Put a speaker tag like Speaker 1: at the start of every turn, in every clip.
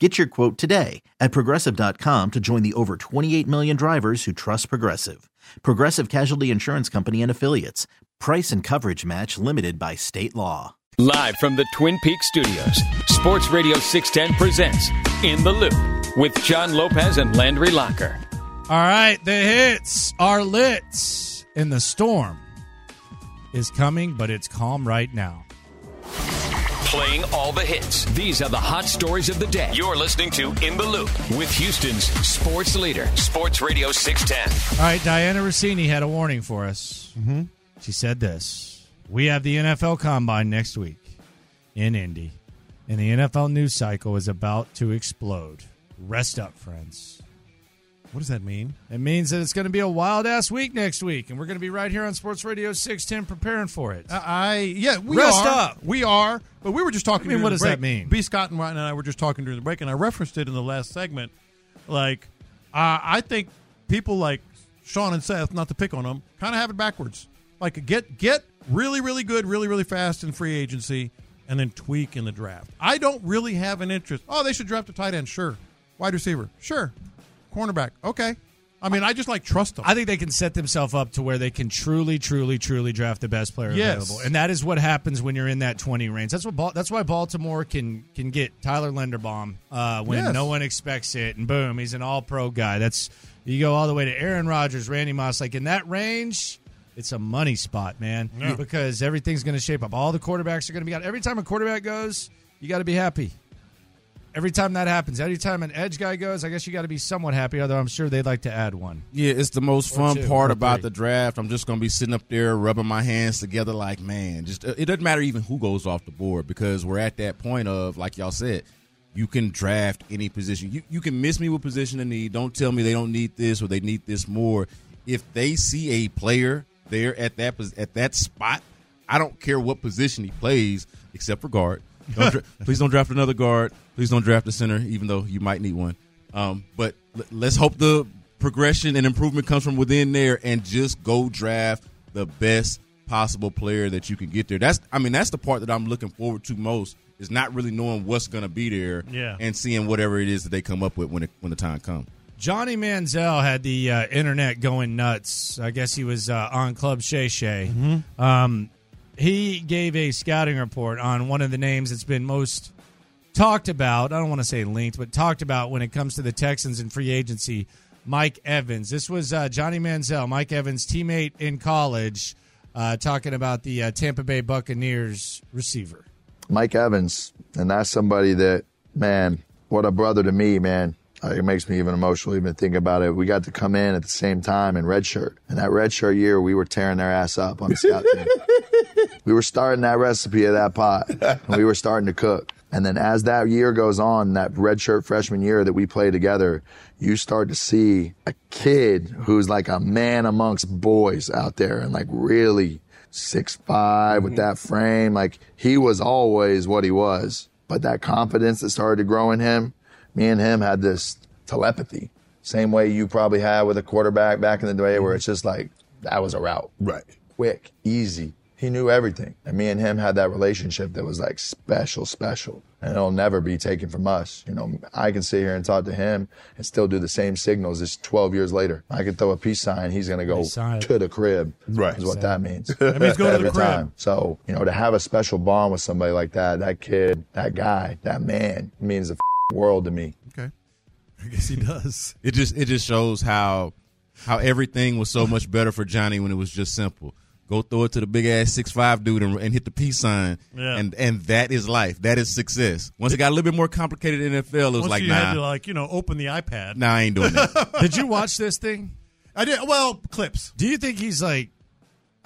Speaker 1: Get your quote today at progressive.com to join the over 28 million drivers who trust Progressive. Progressive Casualty Insurance Company and Affiliates. Price and coverage match limited by state law.
Speaker 2: Live from the Twin Peaks studios, Sports Radio 610 presents In the Loop with John Lopez and Landry Locker.
Speaker 3: All right, the hits are lit, and the storm is coming, but it's calm right now.
Speaker 2: Playing all the hits. These are the hot stories of the day. You're listening to In the Loop with Houston's sports leader, Sports Radio 610.
Speaker 3: All right, Diana Rossini had a warning for us. Mm-hmm. She said this We have the NFL Combine next week in Indy, and the NFL news cycle is about to explode. Rest up, friends.
Speaker 4: What does that mean?
Speaker 3: It means that it's going to be a wild ass week next week, and we're going to be right here on Sports Radio 610 preparing for it.
Speaker 4: Uh, I yeah, we
Speaker 3: Rest
Speaker 4: are.
Speaker 3: up.
Speaker 4: We are, but we were just talking.
Speaker 3: I mean,
Speaker 4: during
Speaker 3: what
Speaker 4: the
Speaker 3: does
Speaker 4: break.
Speaker 3: that mean?
Speaker 4: B. Scott and Ryan and I were just talking during the break, and I referenced it in the last segment. Like, uh, I think people like Sean and Seth, not to pick on them, kind of have it backwards. Like, get get really really good, really really fast in free agency, and then tweak in the draft. I don't really have an interest. Oh, they should draft a tight end, sure. Wide receiver, sure. Cornerback, okay. I mean, I just like trust them.
Speaker 3: I think they can set themselves up to where they can truly, truly, truly draft the best player
Speaker 4: Yes.
Speaker 3: available, and that is what happens when you're in that 20 range. That's what. Bal- That's why Baltimore can can get Tyler Linderbaum uh, when
Speaker 4: Yes.
Speaker 3: no one expects it, and boom, he's an All-Pro guy. That's you go all the way to Aaron Rodgers, Randy Moss, like in that range. It's a money spot, man,
Speaker 4: Yeah.
Speaker 3: because everything's going to shape up. All the quarterbacks are going to be out. Every time a quarterback goes, you got to be happy. Every time that happens, every time an edge guy goes, I guess you got to be somewhat happy. Although I'm sure they'd like to add one.
Speaker 5: Yeah, it's the most fun
Speaker 3: two,
Speaker 5: part
Speaker 3: or
Speaker 5: about
Speaker 3: three.
Speaker 5: the draft. I'm just gonna be sitting up there rubbing my hands together, like man, just uh, it doesn't matter even who goes off the board because we're at that point of like y'all said, you can draft any position. You you can miss me with position of need. Don't tell me they don't need this or they need this more. If they see a player there at that pos- at that spot, I don't care what position he plays except for guard. Don't dra- please don't draft another guard. Please don't draft a center, even though you might need one. Um, but l- let's hope the progression and improvement comes from within there, and just go draft the best possible player that you can get there. That's I mean that's the part that I'm looking forward to most is not really knowing what's going to be there,
Speaker 4: Yeah.
Speaker 5: and seeing whatever it is that they come up with when it, when the time comes.
Speaker 3: Johnny Manziel had the uh, internet going nuts. I guess he was uh, on Club Shay Shay. Um, he gave a scouting report on one of the names that's been most talked about. I don't want to say linked, but talked about when it comes to the Texans and free agency. Mike Evans. This was uh, Johnny Manziel, Mike Evans' teammate in college, uh, talking about the uh, Tampa Bay Buccaneers receiver.
Speaker 6: Mike Evans, and that's somebody that, man, what a brother to me, man. Uh, It makes me even emotional even thinking about it. We got to come in at the same time in red shirt, and that red shirt year, we were tearing their ass up on the scout team. we were starting that recipe of that pot, and we were starting to cook. And then as that year goes on, that red shirt freshman year that we play together, you start to see a kid who's like a man amongst boys out there, and like really six five with that frame. Like he was always what he was. But that confidence that started to grow in him, me and him had this telepathy. Same way you probably had with a quarterback back in the day where it's just like, that was a route. Right. Quick, easy. He knew everything. And me and him had that relationship that was like special, special. And it'll never be taken from us. You know, I can sit here and talk to him and still do the same signals as 12 years later. I could throw a peace sign. He's going to go
Speaker 3: sign.
Speaker 6: to the crib. Right. Is what that means.
Speaker 4: That means go to the
Speaker 6: Every
Speaker 4: crib.
Speaker 6: time. So, you know, to have a special bond with somebody like that, that kid, that guy, that man means the f- world to me.
Speaker 4: Okay. I guess he does.
Speaker 5: It just it just shows how how everything was so much better for Johnny when it was just simple. Go throw it to the big ass six five dude and, and hit the peace sign,
Speaker 4: Yeah.
Speaker 5: and and that is life. That is success. Once it got a little bit more complicated in the NFL, it was
Speaker 4: Once
Speaker 5: like
Speaker 4: you had to
Speaker 5: nah,
Speaker 4: like you know open the iPad.
Speaker 5: nah, I ain't doing that.
Speaker 3: Did you watch this thing?
Speaker 4: I did well clips.
Speaker 3: Do you think he's like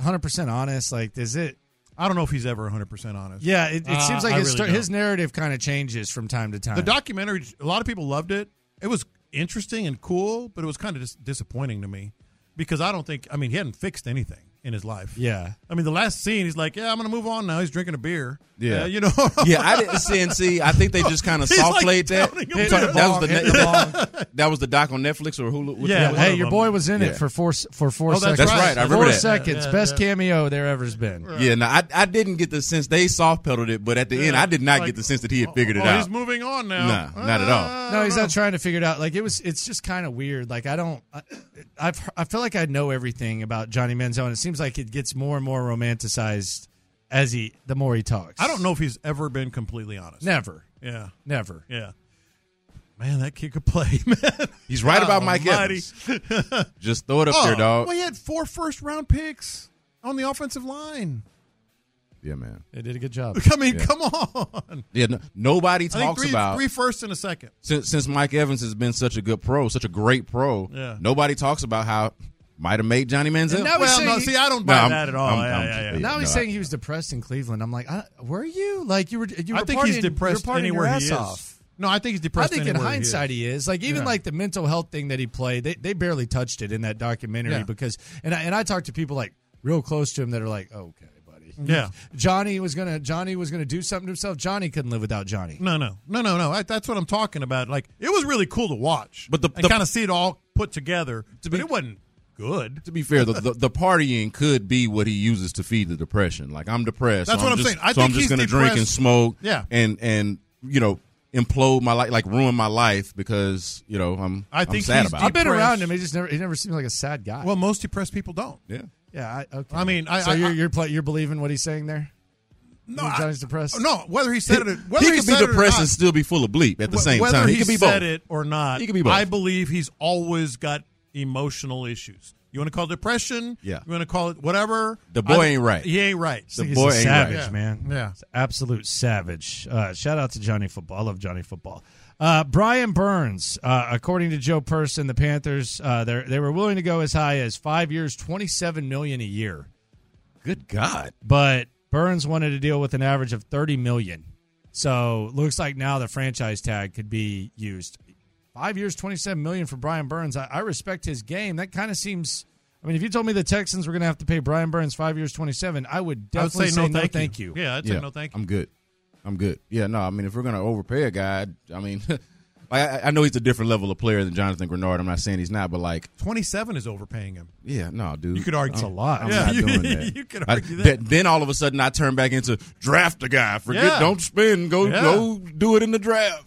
Speaker 3: 100% honest? Like, is it?
Speaker 4: I don't know if he's ever 100 percent honest.
Speaker 3: Yeah, it, it
Speaker 4: Uh,
Speaker 3: seems like
Speaker 4: I
Speaker 3: his,
Speaker 4: really
Speaker 3: sto-
Speaker 4: don't.
Speaker 3: his narrative kind of changes from time to time.
Speaker 4: The documentary, a lot of people loved it. It was interesting and cool, but it was kind of dis- disappointing to me because I don't think, I mean, he hadn't fixed anything in his life.
Speaker 3: yeah.
Speaker 4: I mean, the last scene, he's like, yeah, I'm going to move on now. He's drinking a beer.
Speaker 5: Yeah.
Speaker 4: Uh, you know?
Speaker 5: yeah, I didn't see and see. I think they just kind of
Speaker 4: He's
Speaker 5: soft
Speaker 4: like
Speaker 5: played that.
Speaker 4: pounding him
Speaker 5: You talking-
Speaker 4: with
Speaker 5: that
Speaker 4: the
Speaker 5: was the,
Speaker 3: bong,
Speaker 5: ne-
Speaker 3: hit the
Speaker 5: that was the doc on Netflix or Hulu. Which
Speaker 4: Yeah,
Speaker 5: one?
Speaker 4: one
Speaker 3: Hey,
Speaker 4: of
Speaker 3: your
Speaker 4: them.
Speaker 3: boy was in
Speaker 5: Yeah.
Speaker 3: it for four s- for four
Speaker 4: Oh, that's
Speaker 5: That's
Speaker 3: seconds.
Speaker 5: right. I remember
Speaker 3: four
Speaker 5: that.
Speaker 3: seconds,
Speaker 4: Yeah,
Speaker 3: best
Speaker 4: yeah.
Speaker 3: cameo there ever's been.
Speaker 5: Yeah, no, I, I didn't get the sense they soft pedaled it, but at the end, I did not
Speaker 4: Like,
Speaker 5: get the sense that he had
Speaker 4: oh,
Speaker 5: figured it
Speaker 4: oh,
Speaker 5: out.
Speaker 4: He's moving on now.
Speaker 5: Nah, not at all.
Speaker 4: Uh,
Speaker 3: No, he's not trying to figure it out. Like it was, it's just kind of weird. Like I don't, I, I've, I feel like I know everything about Johnny Manziel, and it seems like it gets more and more romanticized as he, the more he talks.
Speaker 4: I don't know if he's ever been completely honest.
Speaker 3: Never,
Speaker 4: Yeah.
Speaker 3: never.
Speaker 4: Yeah. Man, that kid could play, man.
Speaker 5: He's right about Mike
Speaker 4: Almighty.
Speaker 5: Evans. Just throw it up there,
Speaker 4: Oh,
Speaker 5: dog.
Speaker 4: Well, he had four first round picks on the offensive line.
Speaker 5: Yeah, man.
Speaker 3: They did a good job.
Speaker 4: I mean, come on.
Speaker 5: Yeah, no, nobody
Speaker 4: I think
Speaker 5: talks
Speaker 4: three,
Speaker 5: about
Speaker 4: three first and a second.
Speaker 5: since since Mike Evans has been such a good pro, such a great pro.
Speaker 4: Yeah.
Speaker 5: Nobody talks about how might have made Johnny Manziel.
Speaker 3: And now he's
Speaker 4: Well,
Speaker 3: saying
Speaker 4: no,
Speaker 3: he-
Speaker 4: see, I don't buy
Speaker 5: I'm-
Speaker 4: that at all.
Speaker 5: I'm-
Speaker 4: yeah,
Speaker 5: I'm-
Speaker 4: yeah, yeah.
Speaker 3: Now he's
Speaker 5: no,
Speaker 3: saying he was depressed in Cleveland. I'm like, I, were you? Like you were? You were
Speaker 4: I think he's
Speaker 3: partying- you were
Speaker 4: depressed
Speaker 3: partying
Speaker 4: anywhere
Speaker 3: your
Speaker 4: he
Speaker 3: ass
Speaker 4: is.
Speaker 3: off.
Speaker 4: No, I think he's
Speaker 3: I
Speaker 4: depressed.
Speaker 3: think in
Speaker 4: anywhere he
Speaker 3: hindsight he is. Like even
Speaker 4: Yeah.
Speaker 3: like the mental health thing that he played, they, they barely touched it in that documentary
Speaker 4: Yeah.
Speaker 3: because and I, and I talked to people like real close to him that are like, okay, buddy,
Speaker 4: Yeah.
Speaker 3: Johnny was gonna Johnny was gonna do something to himself. Johnny couldn't live without Johnny.
Speaker 4: No, no, no, no, no. I, that's what I'm talking about. Like it was really cool to watch,
Speaker 5: But the-
Speaker 4: and
Speaker 5: the-
Speaker 4: kind of see it all put together.
Speaker 5: To
Speaker 4: but
Speaker 5: be-
Speaker 4: it wasn't good.
Speaker 5: To be fair, the, the the partying could be what he uses to feed the depression. Like I'm depressed.
Speaker 4: That's
Speaker 5: so
Speaker 4: what I'm
Speaker 5: just-
Speaker 4: saying. I
Speaker 5: so I'm
Speaker 4: think
Speaker 5: just
Speaker 4: he's
Speaker 5: gonna drink and
Speaker 4: depressed.
Speaker 5: smoke.
Speaker 4: Yeah.
Speaker 5: and and you know implode my life, like ruin my life because you know I'm
Speaker 4: I
Speaker 5: I'm
Speaker 4: think
Speaker 5: sad
Speaker 4: he's
Speaker 5: about.
Speaker 3: I've
Speaker 5: it.
Speaker 3: been
Speaker 4: Depressed.
Speaker 3: around him. He just never he never seems like a sad guy.
Speaker 4: Well, most depressed people don't.
Speaker 5: Yeah,
Speaker 3: yeah, I, okay.
Speaker 4: I mean, I-
Speaker 3: so
Speaker 4: I-
Speaker 3: you're
Speaker 4: I-
Speaker 3: you're, pl- you're believing what he's saying there?
Speaker 4: No,
Speaker 3: When
Speaker 4: I-
Speaker 3: Johnny's depressed?
Speaker 4: No, whether he said it, or- whether
Speaker 5: he
Speaker 4: he
Speaker 5: could
Speaker 4: said
Speaker 5: be depressed
Speaker 4: it or
Speaker 5: and
Speaker 4: not,
Speaker 5: still be full of bleep at the
Speaker 4: wh-
Speaker 5: same
Speaker 4: whether
Speaker 5: time.
Speaker 4: he,
Speaker 5: could be
Speaker 4: said
Speaker 5: both.
Speaker 4: it or not,
Speaker 5: He could be both.
Speaker 4: I believe he's always got emotional issues. You want to call it depression?
Speaker 5: Yeah.
Speaker 4: You want to call it whatever?
Speaker 5: The boy
Speaker 4: I-
Speaker 5: ain't right.
Speaker 4: He ain't right.
Speaker 5: The
Speaker 3: He's
Speaker 5: boy
Speaker 3: a
Speaker 5: ain't
Speaker 3: savage,
Speaker 5: right.
Speaker 3: man.
Speaker 4: Yeah.
Speaker 3: He's an absolute savage. Uh, shout out to Johnny Football. I love Johnny Football. Uh, Brian Burns, uh, according to Joe Person, the Panthers uh, they they were willing to go as high as five years, twenty seven million a year,
Speaker 5: Good God.
Speaker 3: but Burns wanted to deal with an average of thirty million. So looks like now the franchise tag could be used. Five years, twenty seven million for Brian Burns. I, I respect his game. That kind of seems. I mean, if you told me the Texans were going to have to pay Brian Burns five years, twenty seven,
Speaker 4: I
Speaker 3: I would
Speaker 4: would
Speaker 3: definitely
Speaker 4: say,
Speaker 3: say,
Speaker 4: no, thank,
Speaker 3: thank you.
Speaker 4: Yeah, I'd say no, thank you.
Speaker 5: I'm good. I'm good. Yeah, no, I mean, if we're going to overpay a guy, I mean, I- I, I know he's a different level of player than Jonathan Grenard. I'm not saying he's not, but like,
Speaker 4: 27 is overpaying him.
Speaker 5: yeah, no, dude.
Speaker 4: You could argue-
Speaker 5: I'm-
Speaker 4: It's a lot.
Speaker 5: I'm
Speaker 4: Yeah.
Speaker 5: not
Speaker 4: You-
Speaker 5: doing that.
Speaker 4: you could
Speaker 5: I-
Speaker 4: argue that.
Speaker 5: th- then all of a sudden I turn back into draft a guy. Forget,
Speaker 4: Yeah.
Speaker 5: don't spend. Go,
Speaker 4: Yeah.
Speaker 5: go do it in the draft.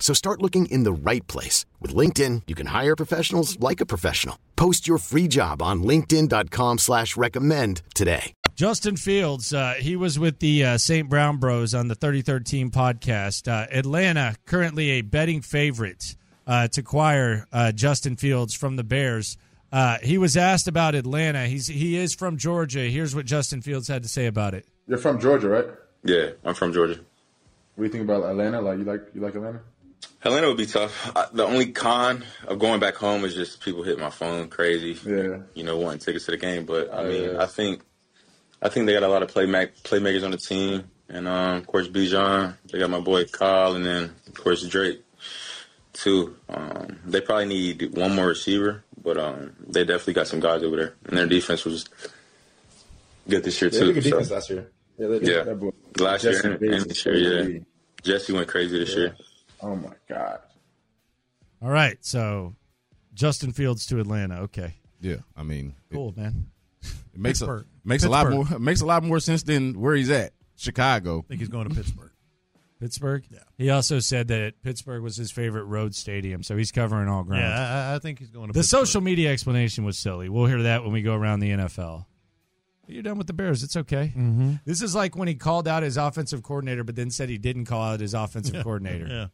Speaker 7: So start looking in the right place. With LinkedIn, you can hire professionals like a professional. Post your free job on linkedin.com/recommend slash recommend today.
Speaker 3: Justin Fields, uh, he was with the uh, St. Brown Bros on the 33rd Team podcast. Uh, Atlanta, currently a betting favorite uh, to acquire uh, Justin Fields from the Bears. Uh, he was asked about Atlanta. He's he is from Georgia. Here's what Justin Fields had to say about it.
Speaker 8: You're from Georgia, right?
Speaker 9: Yeah, I'm from Georgia.
Speaker 8: What do you think about Atlanta? Like you like you like Atlanta?
Speaker 9: Atlanta would be tough. I, the only con of going back home is just people hit my phone crazy.
Speaker 8: Yeah.
Speaker 9: You know, wanting tickets to the game. But I
Speaker 8: Yeah.
Speaker 9: mean, I think, I think they got a lot of play mac- playmakers on the team, and um, of course Bijan. They got my boy Kyle, and then of course Drake too. Um, they probably need one more receiver, but um, they definitely got some guys over there, and their defense was good this year
Speaker 8: They had
Speaker 9: too.
Speaker 8: a good defense
Speaker 9: so.
Speaker 8: last year. Yeah, they,
Speaker 9: Yeah.
Speaker 8: that boy-
Speaker 9: Last
Speaker 8: Jesse
Speaker 9: year and,
Speaker 8: Bates
Speaker 9: and this year, yeah.
Speaker 8: crazy.
Speaker 9: Jesse went crazy this
Speaker 8: Yeah.
Speaker 9: year.
Speaker 8: Oh my god.
Speaker 3: All right, so Justin Fields to Atlanta. Okay,
Speaker 5: Yeah, I mean, it,
Speaker 3: cool, man.
Speaker 5: it makes a
Speaker 4: Pittsburgh.
Speaker 5: makes a lot
Speaker 4: Pittsburgh.
Speaker 5: more it makes a lot more sense than where he's at, Chicago.
Speaker 4: I think he's going to Pittsburgh.
Speaker 3: Pittsburgh. Yeah. He also said that Pittsburgh was his favorite road stadium, so he's covering all ground.
Speaker 4: Yeah, I, I think he's going to
Speaker 3: The
Speaker 4: Pittsburgh.
Speaker 3: social media explanation was silly. We'll hear that when we go around the NFL. You're done with the Bears. It's okay.
Speaker 4: Mm-hmm.
Speaker 3: This is like when he called out his offensive coordinator, but then said he didn't call out his offensive coordinator.
Speaker 4: Yeah.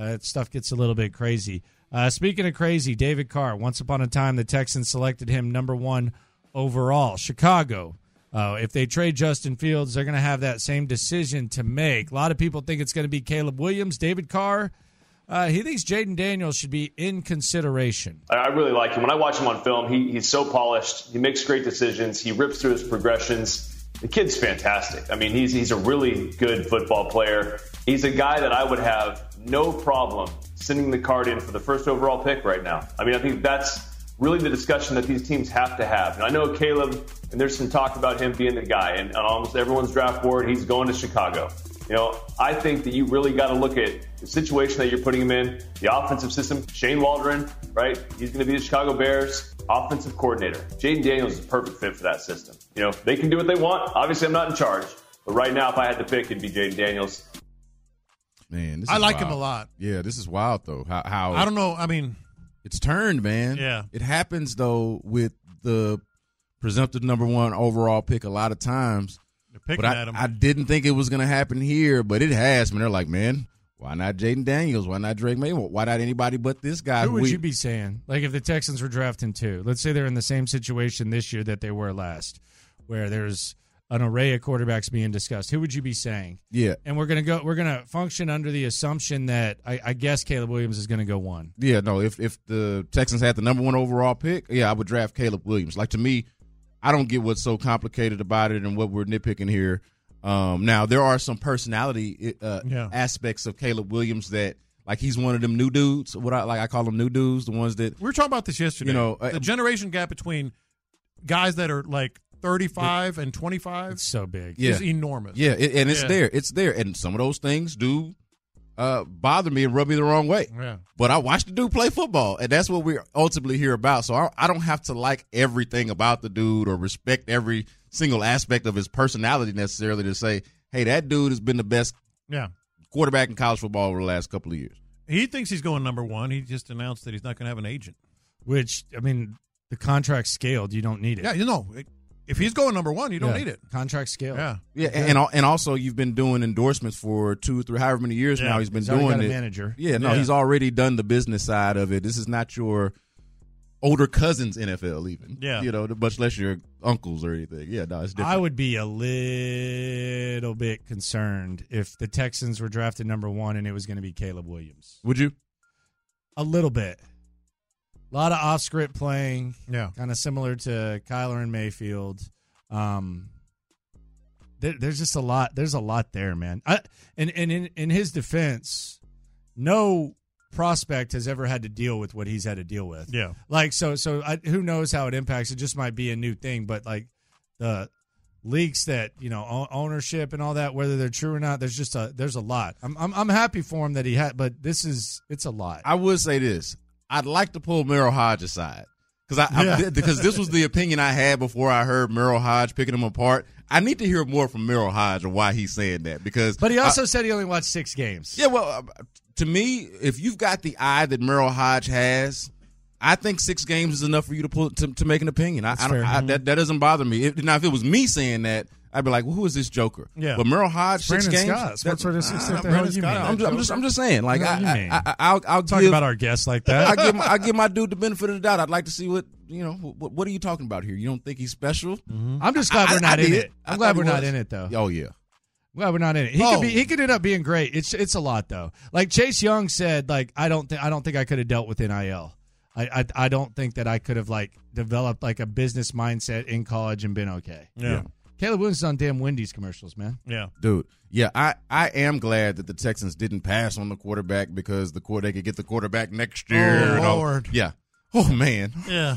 Speaker 3: Uh, stuff gets a little bit crazy. Uh, speaking of crazy, David Carr. Once upon a time, the Texans selected him number one overall. Chicago. Uh, if they trade Justin Fields, they're going to have that same decision to make. A lot of people think it's going to be Caleb Williams. David Carr. Uh, he thinks Jaden Daniels should be in consideration.
Speaker 10: I I really like him. When I watch him on film, he, he's so polished. He makes great decisions. He rips through his progressions. The kid's fantastic. I mean, he's, he's a really good football player. He's a guy that I would have no problem sending the card in for the first overall pick right now. I mean, I think that's really the discussion that these teams have to have. And I know Caleb, and there's some talk about him being the guy, and on almost everyone's draft board, he's going to Chicago. You know, I think that you really got to look at the situation that you're putting him in, the offensive system. Shane Waldron, right? He's going to be the Chicago Bears offensive coordinator. Jaden Daniels is a perfect fit for that system. You know, they can do what they want. Obviously, I'm not in charge. But right now, if I had to pick, it'd be Jaden Daniels.
Speaker 5: Man, this
Speaker 4: I
Speaker 5: is
Speaker 4: like him
Speaker 5: wild.
Speaker 4: a lot.
Speaker 5: Yeah, this is wild though. How how
Speaker 4: I don't know. I mean,
Speaker 5: it's turned, man.
Speaker 4: Yeah.
Speaker 5: It happens though with the presumptive number one overall pick a lot of times.
Speaker 4: they're picking
Speaker 5: But I,
Speaker 4: at him.
Speaker 5: I didn't think it was gonna happen here, but it has. Man, they're like, man, why not Jaden Daniels? Why not Drake Maywood? Why not anybody but this guy?
Speaker 3: Who would
Speaker 5: we-
Speaker 3: you be saying? Like if the Texans were drafting two, let's say they're in the same situation this year that they were last, where there's an array of quarterbacks being discussed. Who would you be saying?
Speaker 5: Yeah,
Speaker 3: And we're gonna go. We're gonna function under the assumption that I, I guess Caleb Williams is gonna go one.
Speaker 5: yeah. No, if if the Texans had the number one overall pick, yeah, I would draft Caleb Williams. Like to me, I don't get what's so complicated about it and what we're nitpicking here. Um, now there are some personality uh,
Speaker 4: Yeah.
Speaker 5: aspects of Caleb Williams that like he's one of them new dudes. What I like, I call them new dudes, the ones that
Speaker 4: we were talking about this yesterday.
Speaker 5: You know, uh, I-
Speaker 4: the generation gap between guys that are like 35 and 25
Speaker 3: It's so big.
Speaker 5: Yeah.
Speaker 4: is enormous.
Speaker 5: Yeah, it, and it's
Speaker 4: Yeah.
Speaker 5: there. It's there. And some of those things do uh, bother me and rub me the wrong way.
Speaker 4: Yeah.
Speaker 5: But I watch the dude play football, and that's what we're ultimately here about. So I, I don't have to like everything about the dude or respect every single aspect of his personality necessarily to say, hey, that dude has been the best
Speaker 4: Yeah.
Speaker 5: quarterback in college football over the last couple of years.
Speaker 4: He thinks he's going number one. He just announced that he's not going to have an agent.
Speaker 3: Which I mean, the contract scaled. You don't need it.
Speaker 4: Yeah, you know, if he's going number one, you don't
Speaker 3: Yeah.
Speaker 4: need it.
Speaker 3: Contract scaled.
Speaker 4: Yeah.
Speaker 5: Yeah, and and al- and also you've been doing endorsements for two, three, however many years
Speaker 4: Yeah.
Speaker 5: now. He's been
Speaker 3: He's already
Speaker 5: doing
Speaker 3: got
Speaker 5: it.
Speaker 3: a manager.
Speaker 5: Yeah, no,
Speaker 4: Yeah.
Speaker 5: he's already done the business side of it. This is not your older cousin's NFL, even.
Speaker 4: Yeah.
Speaker 5: you know, much less your uncles or anything. Yeah, no, it's different.
Speaker 3: I would be a little bit concerned if the Texans were drafted number one and it was going to be Caleb Williams.
Speaker 5: Would you?
Speaker 3: A little bit. A lot of off script playing,
Speaker 4: Yeah.
Speaker 3: kind of similar to Kyler and Mayfield. Um, there, there's just a lot. There's a lot there, man. I, and and in, in his defense, no prospect has ever had to deal with what he's had to deal with.
Speaker 4: Yeah.
Speaker 3: Like so so I, who knows how it impacts? It just might be a new thing, but like the leaks that you know o- ownership and all that, whether they're true or not, there's just a there's a lot. I'm I'm, I'm happy for him that he had, but this is it's a lot.
Speaker 5: I would say this. I'd like to pull Merrill Hodge aside because I,
Speaker 4: Yeah.
Speaker 5: I because this was the opinion I had before I heard Merrill Hodge picking him apart. I need to hear more from Merrill Hodge on why he's saying that because.
Speaker 3: but he
Speaker 5: I-
Speaker 3: also said he only watched six games.
Speaker 5: Yeah, well, uh, to me, if you've got the eye that Merrill Hodge has, I think six games is enough for you to pull to, to make an opinion. I, I, don't,
Speaker 4: fair. Mm-hmm.
Speaker 5: I that that doesn't bother me. If, now, if it was me saying that, I'd be like, well, "Who is this joker?"
Speaker 4: Yeah.
Speaker 5: But Merrill Hodge,
Speaker 4: It's
Speaker 5: six
Speaker 4: Brandon
Speaker 5: games.
Speaker 4: Scott. Sports Radio 6,
Speaker 5: Nah,
Speaker 4: what the
Speaker 5: Brandon
Speaker 4: hell you
Speaker 5: Scott.
Speaker 4: mean?
Speaker 5: I'm, just, I'm just I'm just saying. Like
Speaker 4: What
Speaker 5: I,
Speaker 4: do you mean?
Speaker 5: I, I, I will I'll
Speaker 4: Talk
Speaker 5: give-
Speaker 4: about our guests like
Speaker 5: I
Speaker 4: that.
Speaker 5: give my, I give my dude the benefit of the doubt. I'd like to see what you know. What, what are you talking about here? You don't think he's special?
Speaker 3: I'm just glad
Speaker 5: I-
Speaker 3: we're
Speaker 5: I-
Speaker 3: not
Speaker 5: I
Speaker 3: in
Speaker 5: did.
Speaker 3: it.
Speaker 5: I
Speaker 3: I'm glad
Speaker 5: thought
Speaker 3: we're
Speaker 5: he
Speaker 3: not
Speaker 5: was.
Speaker 3: in it though.
Speaker 5: Oh yeah.
Speaker 3: Well, we're not in it. He
Speaker 5: Oh.
Speaker 3: could be. He could end up being great. It's it's a lot though. Like Chase Young said, like I don't think I don't think I could have dealt with nil. I, I I don't think that I could have like developed like a business mindset in college and been okay.
Speaker 5: Yeah. Yeah.
Speaker 3: Caleb Williams is on damn Wendy's commercials, man.
Speaker 4: Yeah.
Speaker 5: dude. Yeah, I, I am glad that the Texans didn't pass on the quarterback because the quarter they could get the quarterback next year.
Speaker 4: Oh,
Speaker 5: and all-
Speaker 4: Lord.
Speaker 5: Yeah. Oh man.
Speaker 4: Yeah.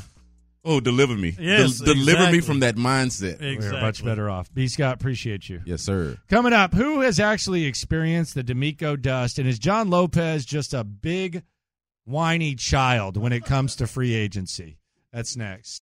Speaker 5: Oh, deliver me.
Speaker 3: Yes,
Speaker 5: Del- deliver
Speaker 3: exactly.
Speaker 5: me from that mindset.
Speaker 3: We're much better off. B Scott, appreciate you.
Speaker 5: Yes, sir.
Speaker 3: Coming up, who has actually experienced the D'Amico dust, and is John Lopez just a big whiny child when it comes to free agency? That's next.